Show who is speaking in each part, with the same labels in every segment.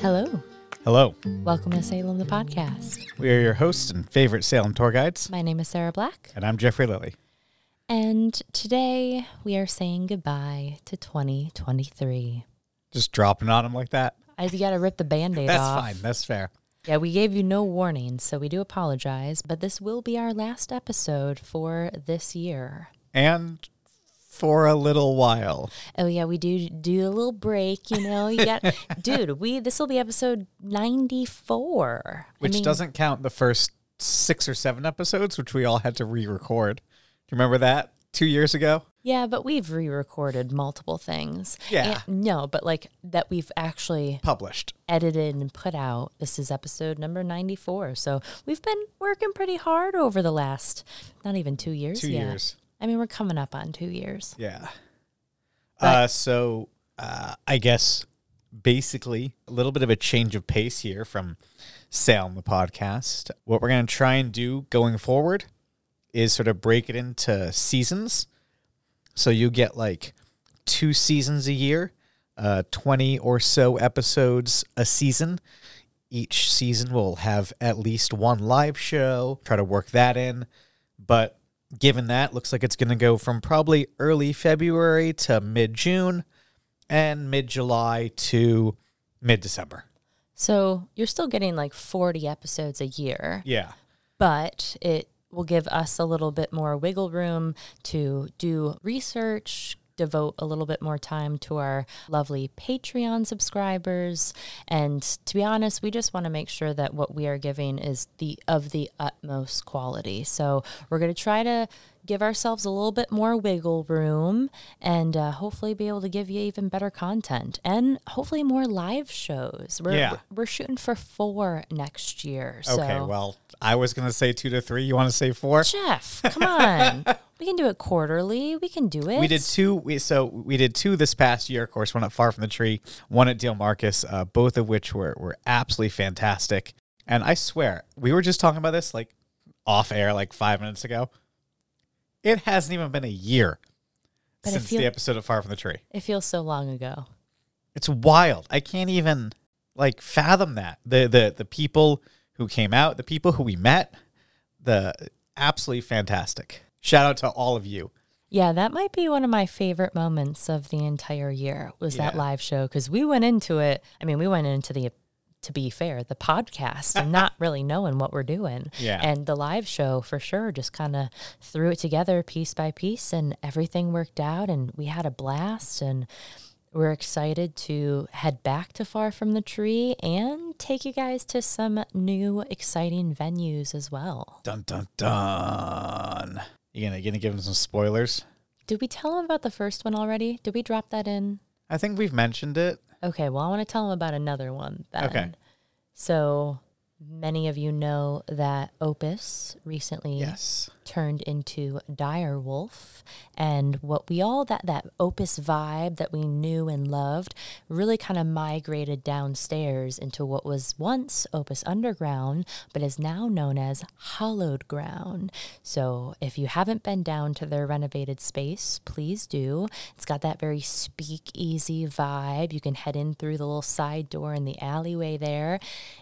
Speaker 1: Hello.
Speaker 2: Hello.
Speaker 1: Welcome to Salem the Podcast.
Speaker 2: We are your hosts and favorite Salem tour guides,
Speaker 1: My name is Sarah Black,
Speaker 2: and I'm Jeffrey Lilly.
Speaker 1: and today we are saying goodbye to 2023.
Speaker 2: Just dropping on them like that.
Speaker 1: I you got to rip the band aid
Speaker 2: That's
Speaker 1: off.
Speaker 2: fine. That's fair.
Speaker 1: Yeah, we gave you no warning, so we do apologize, but this will be our last episode for this year.
Speaker 2: And for a little while,
Speaker 1: Oh yeah, we do do a little break, you know. You got Dude, we this will be episode 94. I
Speaker 2: which
Speaker 1: mean,
Speaker 2: doesn't count the first six or seven episodes, which we all had to re record. Do you remember that two years ago?
Speaker 1: Yeah, but we've re-recorded multiple things.
Speaker 2: Yeah.
Speaker 1: And- no, but like that we've actually
Speaker 2: Published.
Speaker 1: edited and put out. This is episode number 94. So we've been working pretty hard over the last not even 2 years
Speaker 2: Two
Speaker 1: yet.
Speaker 2: years.
Speaker 1: I mean, we're coming up on 2 years.
Speaker 2: Yeah. Uh, so uh, I guess basically a little bit of a change of pace here from Salem the podcast. What we're going to try and do going forward is sort of break it into seasons. So you get like two seasons a year, uh, 20 or so episodes a season. Each season will have at least one live show. Try to work that in. But given that, looks like it's going to go from probably early February to mid June and mid July to mid December.
Speaker 1: So you're still getting like 40 episodes a year,
Speaker 2: Yeah.
Speaker 1: but it will give us a little bit more wiggle room to do research. Devote a little bit more time to our lovely Patreon subscribers, and to be honest, we just want to make sure that what we are giving is the of the utmost quality. So we're going to try to give ourselves a little bit more wiggle room, and uh, hopefully be able to give you even better content, and hopefully more live shows. We're
Speaker 2: Yeah.
Speaker 1: we're shooting for four next year. So.
Speaker 2: Okay. Well, I was going to say two to three. You want to say four?
Speaker 1: Jeff, come on. we can do it quarterly. We can do it.
Speaker 2: We did two. We, so we did two this past year. Of course, one at Far from the Tree, one at Deal Marcus. Uh, both of which were were absolutely fantastic. And I swear, we were just talking about this like off air like five minutes ago. It hasn't even been a year
Speaker 1: But I
Speaker 2: since
Speaker 1: feel-
Speaker 2: the episode of Far from the Tree.
Speaker 1: It feels so long ago.
Speaker 2: It's wild. I can't even like fathom that. The the the people who came out, the people who we met, the absolutely fantastic. Shout out to all of you.
Speaker 1: Yeah, that might be one of my favorite moments of the entire year was that
Speaker 2: Yeah.
Speaker 1: live show because we went into it. I mean, we went into the, to be fair, the podcast and not really knowing what we're doing.
Speaker 2: Yeah.
Speaker 1: And the live show for sure just kind of threw it together piece by piece and everything worked out and we had a blast and we're excited to head back to Far From the Tree and take you guys to some new exciting venues as well.
Speaker 2: Dun dun dun. You gonna gonna give them some spoilers?
Speaker 1: Did we tell them about the first one already? Did we drop that in?
Speaker 2: I think we've mentioned it.
Speaker 1: Okay, well, I want to tell them about another one then.
Speaker 2: Okay.
Speaker 1: So many of you know that Opus recently
Speaker 2: Yes.
Speaker 1: turned into Dire Wolf. And what we all, that, that Opus vibe that we knew and loved, really kind of migrated downstairs into what was once Opus Underground, but is now known as Hollowed Ground. So if you haven't been down to their renovated space, please do. It's got that very speakeasy vibe. You can head in through the little side door in the alleyway there.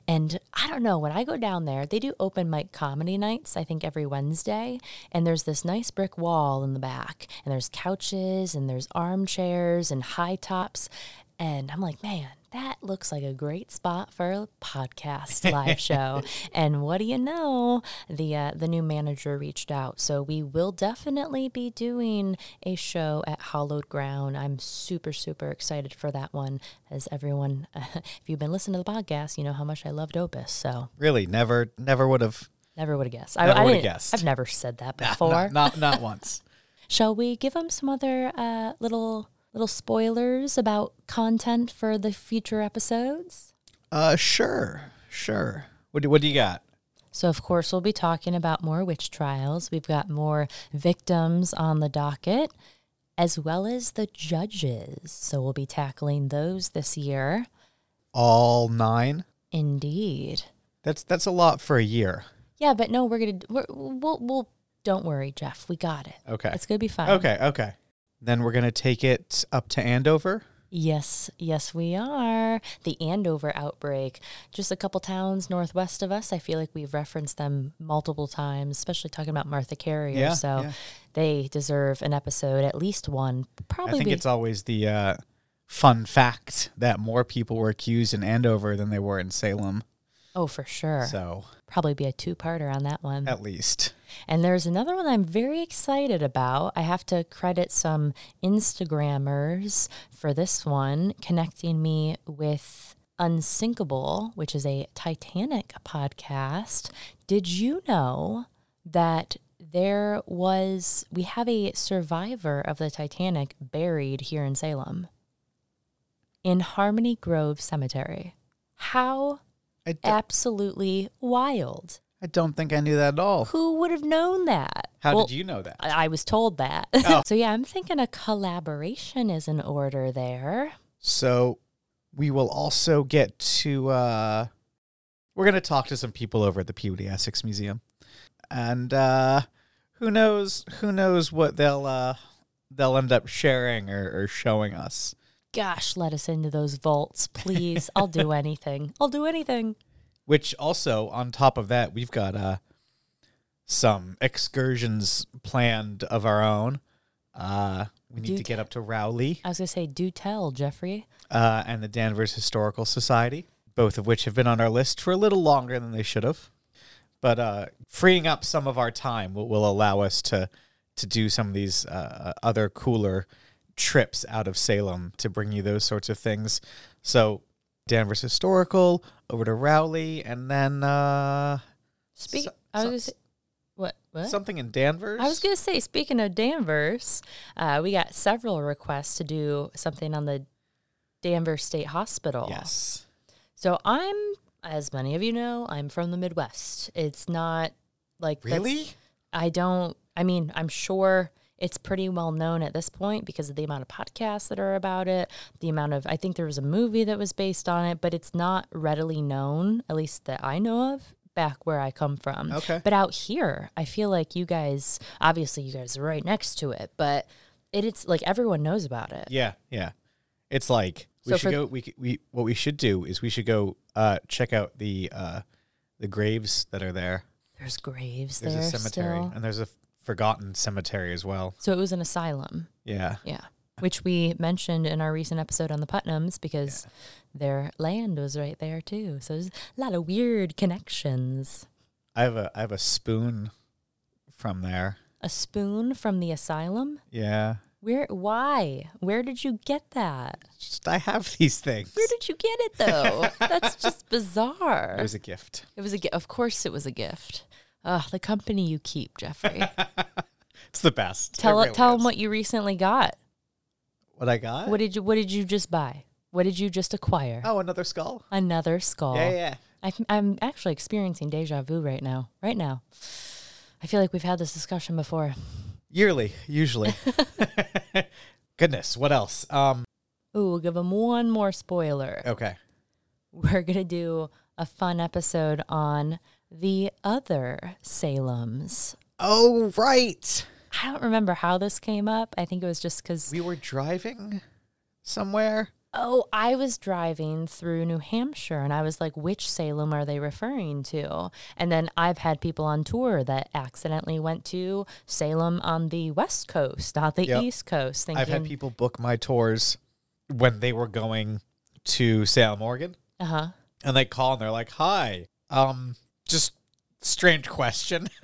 Speaker 1: And I don't know, when I go down there, they do open mic comedy nights, I think every Wednesday. And there's this nice brick wall in the back, and there's couches, and there's armchairs, and high tops. And I'm like, man, that looks like a great spot for a podcast live show. and what do you know? The uh, the new manager reached out, so we will definitely be doing a show at Hollowed Ground. I'm super super excited for that one. As everyone, if you've been listening to the podcast, you know how much I loved Opus. So
Speaker 2: Really, never never would have
Speaker 1: never would have guessed. I,
Speaker 2: Never
Speaker 1: I
Speaker 2: would've
Speaker 1: didn't-
Speaker 2: guessed.
Speaker 1: I've never said that before.
Speaker 2: not not, not once.
Speaker 1: Shall we give them some other uh, little little spoilers about content for the future episodes?
Speaker 2: Uh sure. Sure. What do what do you got?
Speaker 1: So, of course, we'll be talking about more witch trials. We've got more victims on the docket, as well as the judges. So, we'll be tackling those this year.
Speaker 2: All nine?
Speaker 1: Indeed.
Speaker 2: That's that's a lot for a year.
Speaker 1: Yeah, but no, we're going to, we're, we'll, we'll, don't worry, Jeff. We got it.
Speaker 2: Okay.
Speaker 1: Um, It's going to be fine.
Speaker 2: Okay, okay. Then we're gonna take it up to Andover
Speaker 1: Yes, yes, we are. The Andover outbreak, just a couple towns northwest of us. I feel like we've referenced them multiple times, especially talking about Martha Carrier.
Speaker 2: Yeah,
Speaker 1: so
Speaker 2: yeah.
Speaker 1: they deserve an episode, at least one. Probably
Speaker 2: I think
Speaker 1: be-
Speaker 2: it's always the uh, fun fact that more people were accused in Andover than they were in Salem.
Speaker 1: oh, for sure. Mm-hmm.
Speaker 2: So
Speaker 1: Probably be a two-parter on that one.
Speaker 2: at least.
Speaker 1: And there's another one I'm very excited about. I have to credit some Instagrammers for this one, connecting me with Unsinkable, which is a Titanic podcast. Did you know that there was, we have a survivor of the Titanic buried here in Salem in Harmony Grove Cemetery? How
Speaker 2: I d-
Speaker 1: absolutely wild!
Speaker 2: I don't think I knew that at all.
Speaker 1: Who would have known that?
Speaker 2: How
Speaker 1: Well,
Speaker 2: did you know that?
Speaker 1: I I was told that.
Speaker 2: Oh.
Speaker 1: so yeah, I'm thinking a collaboration is in order there.
Speaker 2: So we will also get to uh we're going to talk to some people over at the Peabody Essex Museum. And uh who knows who knows what they'll uh they'll end up sharing or, or showing us.
Speaker 1: Gosh, let us into those vaults, please. I'll do anything. I'll do anything.
Speaker 2: Which also on top of that, we've got uh some excursions planned of our own. Uh we need
Speaker 1: Do
Speaker 2: to get up to Rowley
Speaker 1: I was gonna say, do tell, Jeffrey.
Speaker 2: uh, and the Danvers Historical Society, both of which have been on our list for a little longer than they should have. But uh, freeing up some of our time will, will allow us to to do some of these uh, other cooler trips out of Salem to bring you those sorts of things. So Danvers Historical over to Rowley, and then uh,
Speaker 1: Speak.
Speaker 2: So-
Speaker 1: I was
Speaker 2: so-
Speaker 1: gonna say, what? What?
Speaker 2: something in Danvers.
Speaker 1: I was gonna say, speaking of Danvers, uh, we got several requests to do something on the Danvers State Hospital.
Speaker 2: yes.
Speaker 1: So I'm, as many of you know, I'm from the Midwest. It's not like that's-
Speaker 2: Really?
Speaker 1: I don't. I mean, I'm sure it's pretty well known at this point because of the amount of podcasts that are about it, the amount of. I think there was a movie that was based on it, but it's not readily known, at least that I know of. Back where I come from.
Speaker 2: Okay.
Speaker 1: But out here, I feel like you guys, obviously, you guys are right next to it, but it, it's like everyone knows about it.
Speaker 2: Yeah, yeah. It's like we
Speaker 1: So
Speaker 2: should
Speaker 1: for-
Speaker 2: go. We, c- we what we should do is we should go uh, check out the uh, the graves that are there.
Speaker 1: There's graves
Speaker 2: There's
Speaker 1: there.
Speaker 2: a cemetery
Speaker 1: still.
Speaker 2: and there's a f- forgotten cemetery as well.
Speaker 1: So it was an asylum.
Speaker 2: Yeah,
Speaker 1: Yeah. Which we mentioned in our recent episode on the Putnams because their land was right there too. So there's a lot of weird connections.
Speaker 2: I have a I have a spoon from there.
Speaker 1: A spoon from the asylum?
Speaker 2: Yeah,
Speaker 1: Where why? Where did you get that?
Speaker 2: just I have these things.
Speaker 1: Where did you get it though? That's just bizarre.
Speaker 2: It was a gift.
Speaker 1: It was a gift. Of course it was a gift. Ugh, the company you keep, Jeffrey.
Speaker 2: It's the best. It
Speaker 1: tell
Speaker 2: really
Speaker 1: tell
Speaker 2: is.
Speaker 1: them what you recently got.
Speaker 2: what I got.
Speaker 1: What did you what did you just buy? What did you just acquire?
Speaker 2: oh, another skull.
Speaker 1: Another skull.
Speaker 2: Yeah, yeah.
Speaker 1: i I'm actually experiencing deja vu right now. Right now, I feel like we've had this discussion before.
Speaker 2: Yearly, usually. Goodness, what else? Um,
Speaker 1: Ooh, we'll give them one more spoiler.
Speaker 2: okay.
Speaker 1: We're gonna do a fun episode on the other Salem's.
Speaker 2: Oh, right.
Speaker 1: I don't remember how this came up. I think it was just because
Speaker 2: we were driving somewhere.
Speaker 1: oh, I was driving through New Hampshire and I was like, which Salem are they referring to? And then I've had people on tour that accidentally went to Salem on the West Coast, not the
Speaker 2: Yep.
Speaker 1: East Coast. Thinking,
Speaker 2: I've had people book my tours when they were going to Salem, Oregon,
Speaker 1: uh huh.
Speaker 2: and they call and they're like, "Hi, um, just strange question.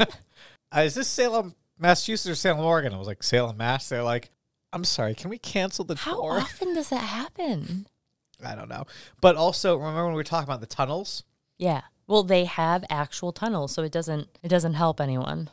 Speaker 2: Uh, Is this Salem, Massachusetts, or Salem, Oregon?" I was like, "Salem, Mass." They're like, "I'm sorry, can we cancel the
Speaker 1: How
Speaker 2: tour?"
Speaker 1: often does that happen?
Speaker 2: I don't know. But also, remember when we were talking about the tunnels?
Speaker 1: Yeah. Well, they have actual tunnels, so it doesn't it doesn't help anyone.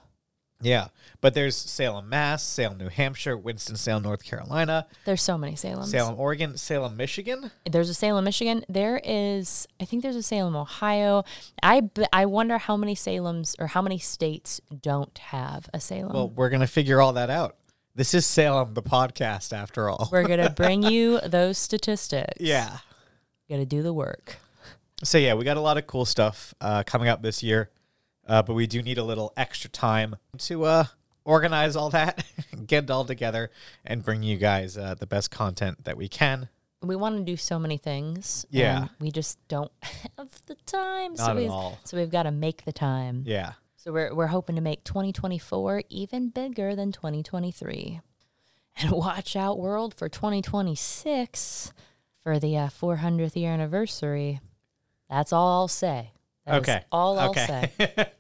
Speaker 2: Yeah, but there's Salem, Mass, Salem, New Hampshire, Winston, Salem, North Carolina,
Speaker 1: There's so many Salems.
Speaker 2: Salem, Oregon, Salem, Michigan.
Speaker 1: There's a Salem, Michigan. There is, I think there's a Salem, Ohio. I b- I wonder how many Salems or how many states don't have a Salem.
Speaker 2: Well, we're going to figure all that out. This is Salem, the podcast, after all.
Speaker 1: We're gonna bring you those statistics.
Speaker 2: Yeah.
Speaker 1: Gonna do the work.
Speaker 2: So, yeah, we got a lot of cool stuff uh, coming up this year, uh, but we do need a little extra time to uh, organize all that, get it all together, and bring you guys uh, the best content that we can.
Speaker 1: we want to do so many things.
Speaker 2: Yeah.
Speaker 1: and we just don't have the time.
Speaker 2: Not
Speaker 1: so
Speaker 2: at
Speaker 1: we've,
Speaker 2: all.
Speaker 1: So we've got to make the time.
Speaker 2: Yeah.
Speaker 1: So we're we're hoping to make 2024 even bigger than 2023. And watch out, world, for 2026 for the uh, 400th year anniversary. That's all I'll say. That is
Speaker 2: okay.
Speaker 1: all I'll
Speaker 2: okay.
Speaker 1: say.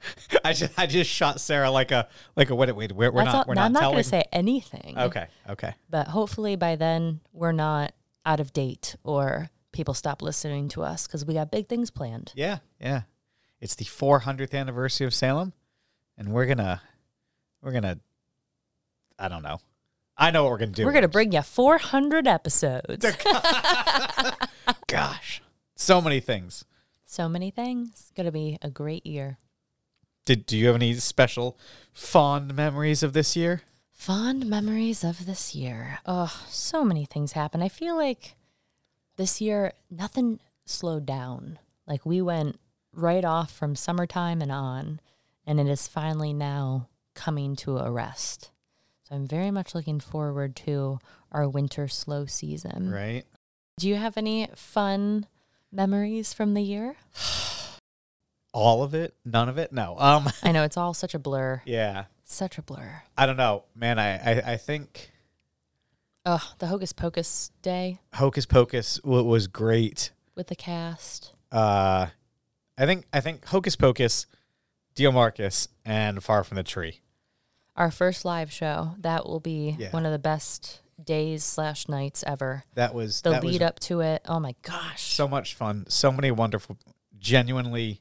Speaker 2: I just I just shot Sarah like a like a what? Wait, we're, we're
Speaker 1: That's
Speaker 2: not
Speaker 1: all-
Speaker 2: we're
Speaker 1: now,
Speaker 2: not
Speaker 1: I'm not
Speaker 2: telling.
Speaker 1: going to say anything.
Speaker 2: okay. Okay.
Speaker 1: But hopefully by then we're not out of date or people stop listening to us because we got big things planned.
Speaker 2: Yeah. Yeah. It's the 400th anniversary of Salem, and we're gonna we're gonna I don't know. I know what we're gonna do.
Speaker 1: We're going to bring you 400 episodes.
Speaker 2: Gosh, so many things.
Speaker 1: so many things. Going to be a great year.
Speaker 2: Did do you have any special fond memories of this year?
Speaker 1: Fond memories of this year. Oh, so many things happened. I feel like this year nothing slowed down. Like we went right off from summertime and on, and it is finally now coming to a rest. So I'm very much looking forward to our winter slow season.
Speaker 2: Right.
Speaker 1: Do you have any fun memories from the year?
Speaker 2: All of it? None of it? No. Um.
Speaker 1: I know it's all such a blur.
Speaker 2: Yeah.
Speaker 1: Such a blur.
Speaker 2: I don't know, man. I I, I think
Speaker 1: Oh, the Hocus Pocus day
Speaker 2: Hocus Pocus w- was great.
Speaker 1: with the cast.
Speaker 2: Uh, I think I think Hocus Pocus, Dio Marcus, and Far from the Tree.
Speaker 1: our first live show that will be
Speaker 2: Yeah.
Speaker 1: one of the best days slash nights ever
Speaker 2: That was
Speaker 1: the
Speaker 2: that was
Speaker 1: lead up to it oh my gosh
Speaker 2: so much fun. So many wonderful, genuinely,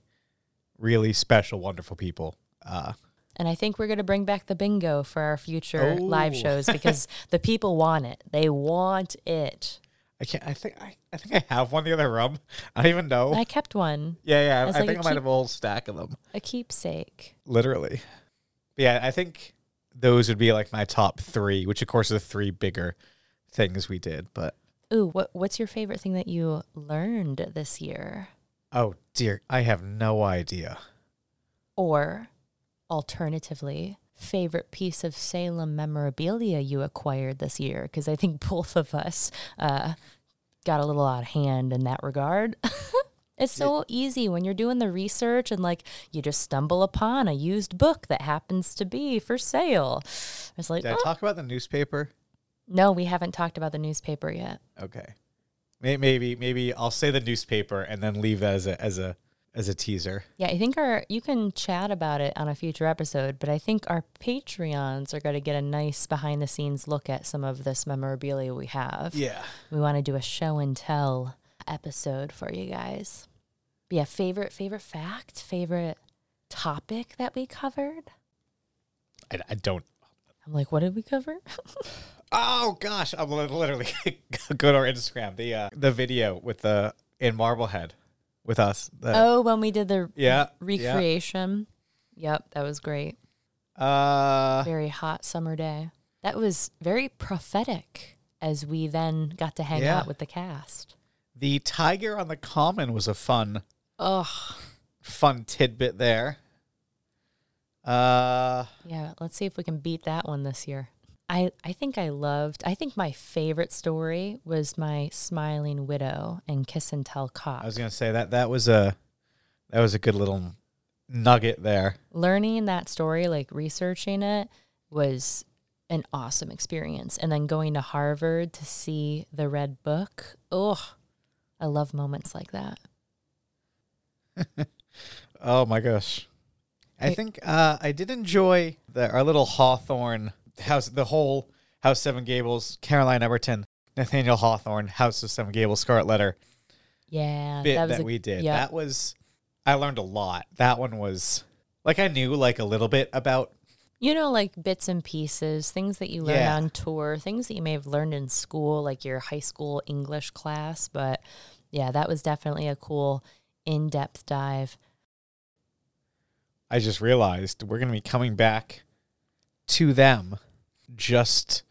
Speaker 2: really special, wonderful people. Uh,
Speaker 1: and i think we're going to bring back the bingo for our future live
Speaker 2: Oh.
Speaker 1: shows because the people want it they want it
Speaker 2: I can't. I think I, I think I have one in the other room. I don't even know.
Speaker 1: i kept one
Speaker 2: yeah, yeah.
Speaker 1: It's
Speaker 2: I,
Speaker 1: like
Speaker 2: think
Speaker 1: a
Speaker 2: I might
Speaker 1: keep-
Speaker 2: have a whole stack of them.
Speaker 1: a keepsake
Speaker 2: literally. But yeah, I think those would be like my top three, which of course are the three bigger things we did. But
Speaker 1: ooh what, what's your favorite thing that you learned this year
Speaker 2: oh dear, I have no idea.
Speaker 1: or alternatively favorite piece of salem memorabilia you acquired this year because i think both of us uh, got a little out of hand in that regard it's so easy when you're doing the research and like you just stumble upon a used book that happens to be for sale it's like
Speaker 2: Did I
Speaker 1: "Oh."
Speaker 2: talk about the newspaper?
Speaker 1: no we haven't talked about the newspaper yet
Speaker 2: Okay, May- maybe maybe I'll say the newspaper and then leave that as a as a as a teaser.
Speaker 1: Yeah, I think our you can chat about it on a future episode, but I think our Patreons are going to get a nice behind the scenes look at some of this memorabilia we have.
Speaker 2: Yeah.
Speaker 1: We want to do a show and tell episode for you guys. But yeah, favorite favorite fact, favorite topic that we covered.
Speaker 2: I, I don't.
Speaker 1: I'm like, what did we cover?
Speaker 2: Uh, Oh gosh, I'm li- literally go to our Instagram. The uh, the video with the in Marblehead with us. The,
Speaker 1: oh, when we did the
Speaker 2: yeah. yeah.
Speaker 1: recreation. Yep, that was great.
Speaker 2: Uh,
Speaker 1: Very hot summer day. That was very prophetic as we then got to hang
Speaker 2: Yeah.
Speaker 1: out with the cast.
Speaker 2: The tiger on the common was a fun,
Speaker 1: Oh,
Speaker 2: fun tidbit there. Uh,
Speaker 1: yeah. Let's see if we can beat that one this year. I, I think I loved, I think my favorite story was my smiling widow and kiss and tell cock.
Speaker 2: I was gonna say that that was a that was a good little nugget there.
Speaker 1: Learning that story, like researching it, was an awesome experience. And then going to Harvard to see the red book. Oh, I love moments like that.
Speaker 2: Oh my gosh, I
Speaker 1: Wait.
Speaker 2: think uh, I did enjoy the our little Hawthorne house, the whole House Seven Gables, Caroline Everton, Nathaniel Hawthorne, House of Seven Gables, Scarlet Letter
Speaker 1: Yeah.
Speaker 2: bit that,
Speaker 1: was a-
Speaker 2: we did.
Speaker 1: yeah.
Speaker 2: That was I learned a lot. That one was like I knew like a little bit about
Speaker 1: You know, like bits and pieces, things that you learn
Speaker 2: Yeah.
Speaker 1: on tour, things that you may have learned in school, like your high school English class. But yeah, that was definitely a cool in depth dive.
Speaker 2: I just realized we're going to be coming back to them just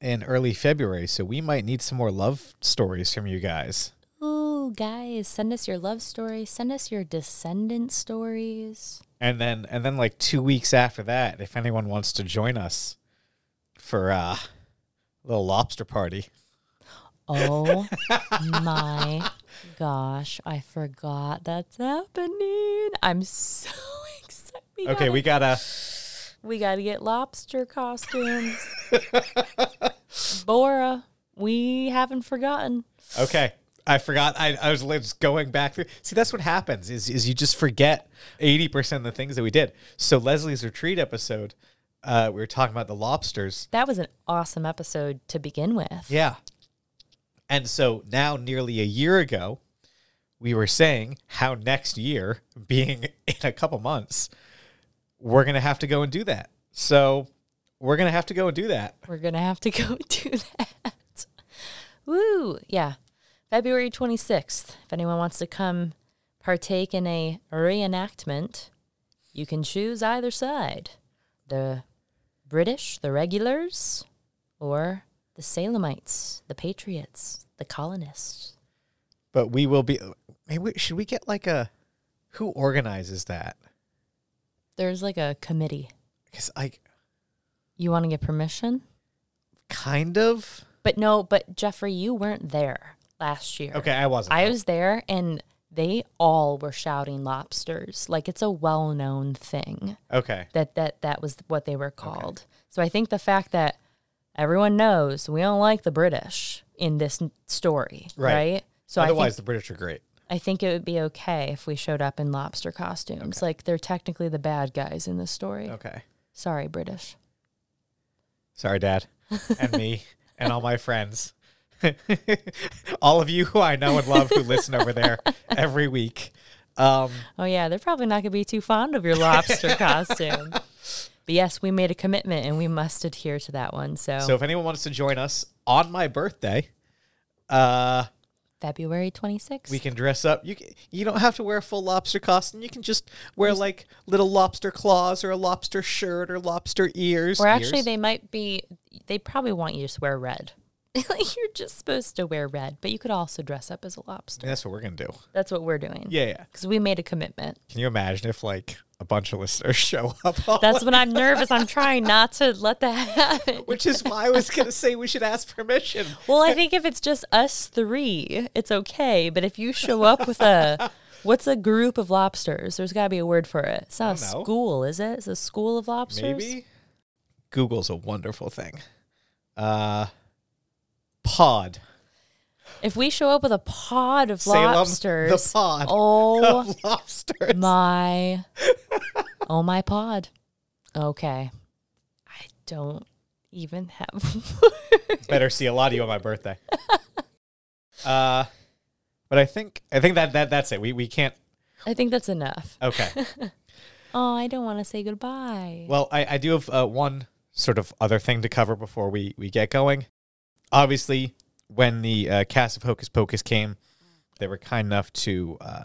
Speaker 2: in early February, so we might need some more love stories from you guys.
Speaker 1: Ooh, guys, send us your love stories, send us your descendant stories.
Speaker 2: And then and then like 2 weeks after that, if anyone wants to join us for uh, a little lobster party.
Speaker 1: Oh my gosh, I forgot that's happening. I'm so excited.
Speaker 2: Okay, we gotta.
Speaker 1: We got to get lobster costumes. Bora, we haven't forgotten.
Speaker 2: Okay, I forgot. I, I was just going back through. See, that's what happens is is you just forget eighty percent of the things that we did. So Leslie's retreat episode, uh, we were talking about the lobsters.
Speaker 1: That was an awesome episode to begin with.
Speaker 2: Yeah, and so now nearly a year ago, we were saying how next year, being in a couple months, we're gonna have to go and do that. So we're gonna have to go and do that.
Speaker 1: We're going to have to go do that. Woo. Yeah. February 26th. If anyone wants to come partake in a reenactment, you can choose either side the British, the regulars, or the Salemites, the patriots, the colonists.
Speaker 2: But we will be. Maybe we- should we get like a who organizes that?
Speaker 1: There's like a committee.
Speaker 2: Because I
Speaker 1: You want to get permission?
Speaker 2: kind of
Speaker 1: But no, but Jeffrey, you weren't there last year.
Speaker 2: okay. I wasn't.
Speaker 1: I was there and they all were shouting lobsters. Like it's a well known thing
Speaker 2: okay.
Speaker 1: that, that that was what they were called. So I think the fact that everyone knows we don't like the British in this n- story,
Speaker 2: Right.
Speaker 1: right? So I
Speaker 2: Otherwise,
Speaker 1: think
Speaker 2: the British are great.
Speaker 1: I think it would be okay if we showed up in lobster costumes. Like they're technically the bad guys in this story.
Speaker 2: Okay.
Speaker 1: Sorry, British.
Speaker 2: Sorry, Dad, and me, and all my friends, all of you who I know and love who listen over there every week. Um,
Speaker 1: Oh yeah, they're probably not gonna be too fond of your lobster costume. But yes, we made a commitment and we must adhere to that one.
Speaker 2: so, if anyone wants to join us on my birthday, uh,
Speaker 1: February 26th.
Speaker 2: we can dress up. You can, you don't have to wear a full lobster costume. You can just wear like little lobster claws or a lobster shirt or lobster ears.
Speaker 1: or actually,
Speaker 2: Ears?
Speaker 1: they might be, they probably want you to wear red. Like, You're just supposed to wear red, but you could also dress up as a lobster.
Speaker 2: Yeah, that's what we're gonna do.
Speaker 1: That's what we're doing.
Speaker 2: Yeah, yeah.
Speaker 1: Because we made a commitment.
Speaker 2: Can you imagine if like a bunch of listeners show up? all
Speaker 1: That's when I'm nervous. I'm trying not to let that happen.
Speaker 2: Which is why I was going to say we should ask permission.
Speaker 1: Well, I think if it's just us three, it's okay. But if you show up with a, what's a group of lobsters? There's got to be a word for it. It's not a
Speaker 2: don't know.
Speaker 1: school, is it? It's a school of lobsters.
Speaker 2: Maybe Google's a wonderful thing. Uh pod.
Speaker 1: If we show up with a pod of
Speaker 2: Salem,
Speaker 1: lobsters,
Speaker 2: the pod.
Speaker 1: oh
Speaker 2: Of lobsters.
Speaker 1: my oh my pod okay i don't even have
Speaker 2: Better see a lot of you on my birthday. Uh but I think I think that, that that's it. We we can't
Speaker 1: i think that's enough
Speaker 2: okay.
Speaker 1: oh i don't want to say goodbye
Speaker 2: Well, I, I do have uh, one sort of other thing to cover before we, we get going. Obviously, when the uh, cast of Hocus Pocus came, they were kind enough to uh,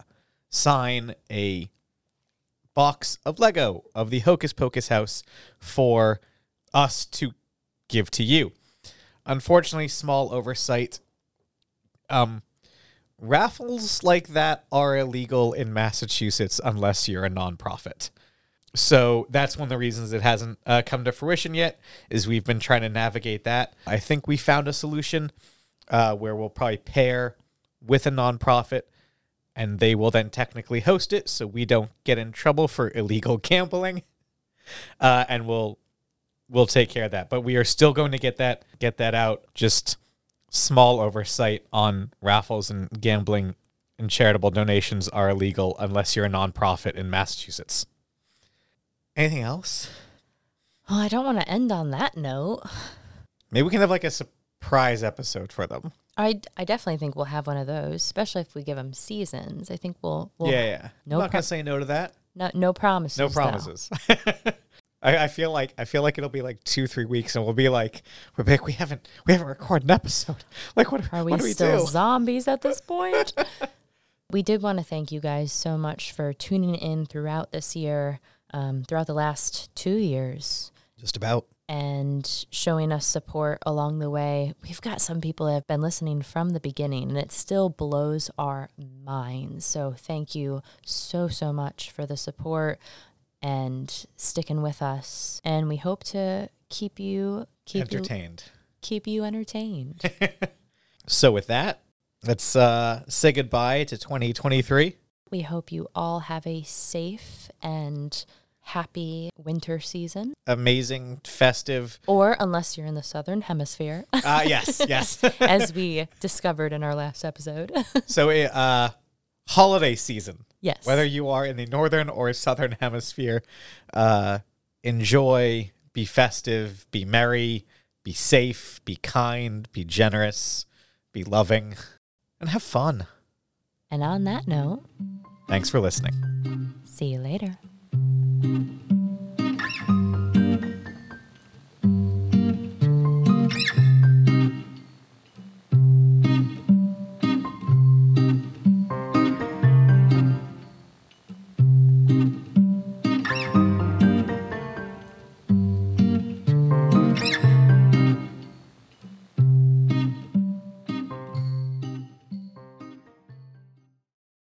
Speaker 2: sign a box of Lego of the Hocus Pocus house for us to give to you. Unfortunately, small oversight. Um, raffles like that are illegal in Massachusetts unless you're a nonprofit. So that's one of the reasons it hasn't uh, come to fruition yet. Is we've been trying to navigate that. I think we found a solution uh, where we'll probably pair with a nonprofit, and they will then technically host it, so we don't get in trouble for illegal gambling, uh, and we'll we'll take care of that. But we are still going to get that get that out. Just small oversight on raffles and gambling and charitable donations are illegal unless you're a nonprofit in Massachusetts. Anything else?
Speaker 1: oh i don't want to end on that note
Speaker 2: Maybe we can have like a surprise episode for them.
Speaker 1: I, I definitely think we'll have one of those, especially if we give them seasons. I think we'll, we'll
Speaker 2: yeah, yeah.
Speaker 1: no
Speaker 2: I'm not
Speaker 1: pro-
Speaker 2: gonna say no to that.
Speaker 1: no, no promises.
Speaker 2: No
Speaker 1: though.
Speaker 2: promises. I, I feel like I feel like it'll be like two, three weeks, and we'll be like, we're back. We haven't we haven't recorded an episode. Like, what
Speaker 1: Are we
Speaker 2: what do we
Speaker 1: still
Speaker 2: do?
Speaker 1: zombies at this point? we did want to thank you guys so much for tuning in throughout this year, um, throughout the last two years,
Speaker 2: Just about.
Speaker 1: and showing us support along the way. We've got some people that have been listening from the beginning, and it still blows our minds. So thank you so, so much for the support and sticking with us. And we hope to keep you keep you
Speaker 2: Entertained.
Speaker 1: keep you entertained.
Speaker 2: So with that, let's uh, say goodbye to 2023.
Speaker 1: We hope you all have a safe and happy winter season,
Speaker 2: Amazing, festive.
Speaker 1: or unless you're in the southern hemisphere,
Speaker 2: Uh, yes, yes.
Speaker 1: as we discovered in our last episode.
Speaker 2: so uh, holiday season.
Speaker 1: yes.
Speaker 2: Whether you are in the northern or southern hemisphere, uh, enjoy, be festive, be merry, be safe, be kind, be generous, be loving, and have fun.
Speaker 1: and on that note,
Speaker 2: Thanks for listening.
Speaker 1: see you later.